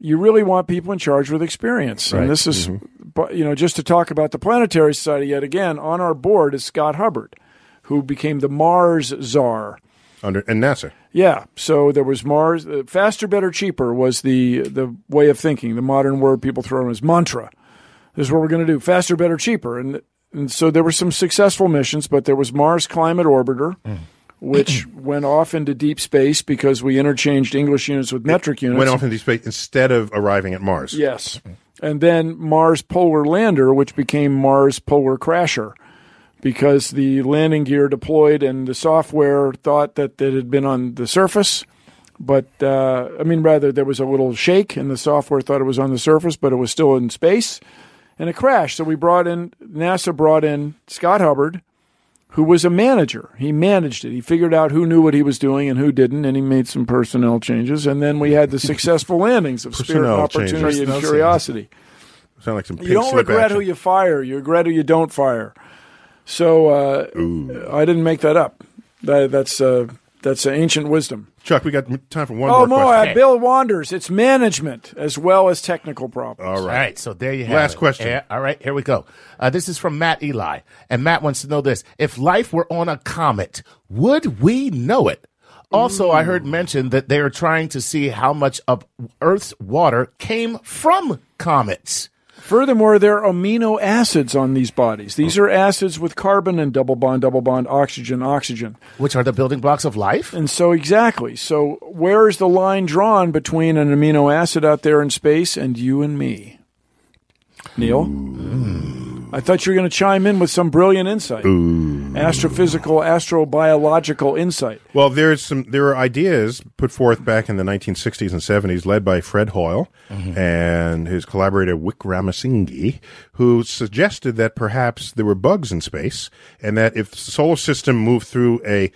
S4: you really want people in charge with experience. And this is, but you know, just to talk about the Planetary Society yet again, on our board is Scott Hubbard, who became the Mars czar.
S3: Under and NASA.
S4: Yeah. So there was Mars. Uh, faster, better, cheaper was the the way of thinking. The modern word people throw in is mantra. This is what we're going to do: faster, better, cheaper. And and so there were some successful missions, but there was Mars Climate Orbiter.
S3: Hmm.
S4: Which went off into deep space because we interchanged English units with metric units.
S3: Went off into space instead of arriving at Mars.
S4: Yes. And then Mars Polar Lander, which became Mars Polar Crasher, because the landing gear deployed and the software thought that it had been on the surface. But, uh, I mean, rather, there was a little shake, and the software thought it was on the surface, but it was still in space, and it crashed. So we brought in, NASA brought in Scott Hubbard, who was a manager. He managed it. He figured out who knew what he was doing and who didn't, and he made some personnel changes. And then we had the successful landings of Spirit,
S3: Personnel changes.
S4: Opportunity,
S3: Personnel
S4: and Curiosity.
S3: Sound like some.
S4: You don't regret who you fire. You regret who you don't fire. So uh, I didn't make that up. That, that's uh, that's ancient wisdom.
S3: Chuck, we got m- time for one
S4: oh,
S3: more
S4: Mo,
S3: question.
S4: uh, Bill wanders. It's management as well as technical problems.
S5: All right. so there you have
S3: Last
S5: it.
S3: question.
S5: Yeah, all right, here we go. Uh, this is from Matt Eli, and Matt wants to know this: If life were on a comet, would we know it? Also, I heard mention that they are trying to see how much of Earth's water came from comets.
S4: Furthermore, there are amino acids on these bodies. These
S3: Oh.
S4: are acids with carbon and double bond, double bond, oxygen, oxygen.
S5: Which are the building blocks of life?
S4: And so, exactly. So, where is the line drawn between an amino acid out there in space and you and me? Neil? I thought you were going to chime in with some brilliant insight. Astrophysical, astrobiological insight.
S3: Well, there's some there are ideas put forth back in the 1960s and 70s, led by Fred Hoyle
S4: Mm-hmm.
S3: and his collaborator Wick Ramasinghe, who suggested that perhaps there were bugs in space, and that if the solar system moved through a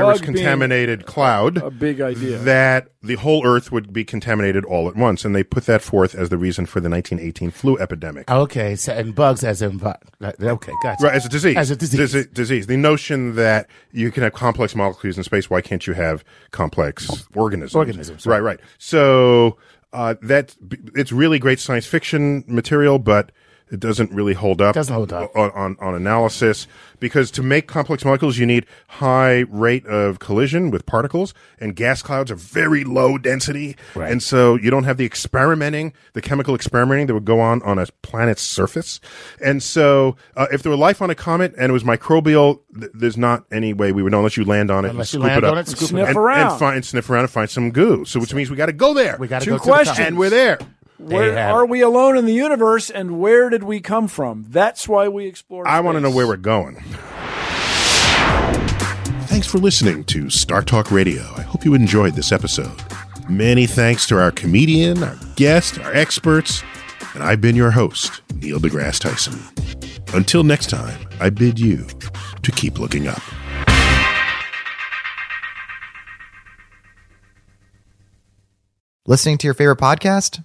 S3: virus-contaminated cloud,
S4: A big idea.
S3: that the whole Earth would be contaminated all at once, and they put that forth as the reason for the 1918 flu epidemic.
S5: Okay, so, and bugs as in uh, okay, gotcha.
S3: Right, as a disease.
S5: As a disease.
S3: Dise- disease. The notion that you can have complex molecules in space, why can't you have complex organisms?
S5: Organisms,
S3: Right, right. So uh, that it's really great science fiction material, but it doesn't really hold up.
S5: Doesn't hold up.
S3: on, on, on analysis because to make complex molecules, you need high rate of collision with particles, and gas clouds are very low density,
S5: Right.
S3: and so you don't have the experimenting, the chemical experimenting that would go on on a planet's surface. And so, uh, if there were life on a comet and it was microbial, th- there's not any way we would know unless you land on it,
S5: Unless you
S3: and scoop
S5: land
S3: it up,
S5: on it, scoop it
S4: Sniff
S3: and,
S4: up. around.
S3: and find sniff around and find some goo. So, which means we got to go there.
S5: we got
S4: Two
S5: go
S4: questions.
S5: To the
S3: and we're there.
S4: Where
S5: have
S4: are
S5: it.
S4: we alone in the universe and where did we come from? That's why we explore.
S3: I want to
S4: space.
S3: know where we're going.
S2: Thanks for listening to Star Talk Radio. I hope you enjoyed this episode. Many thanks to our comedian, our guest, our experts, and I've been your host, Neil deGrasse Tyson. Until next time, I bid you to keep looking up.
S6: Listening to your favorite podcast?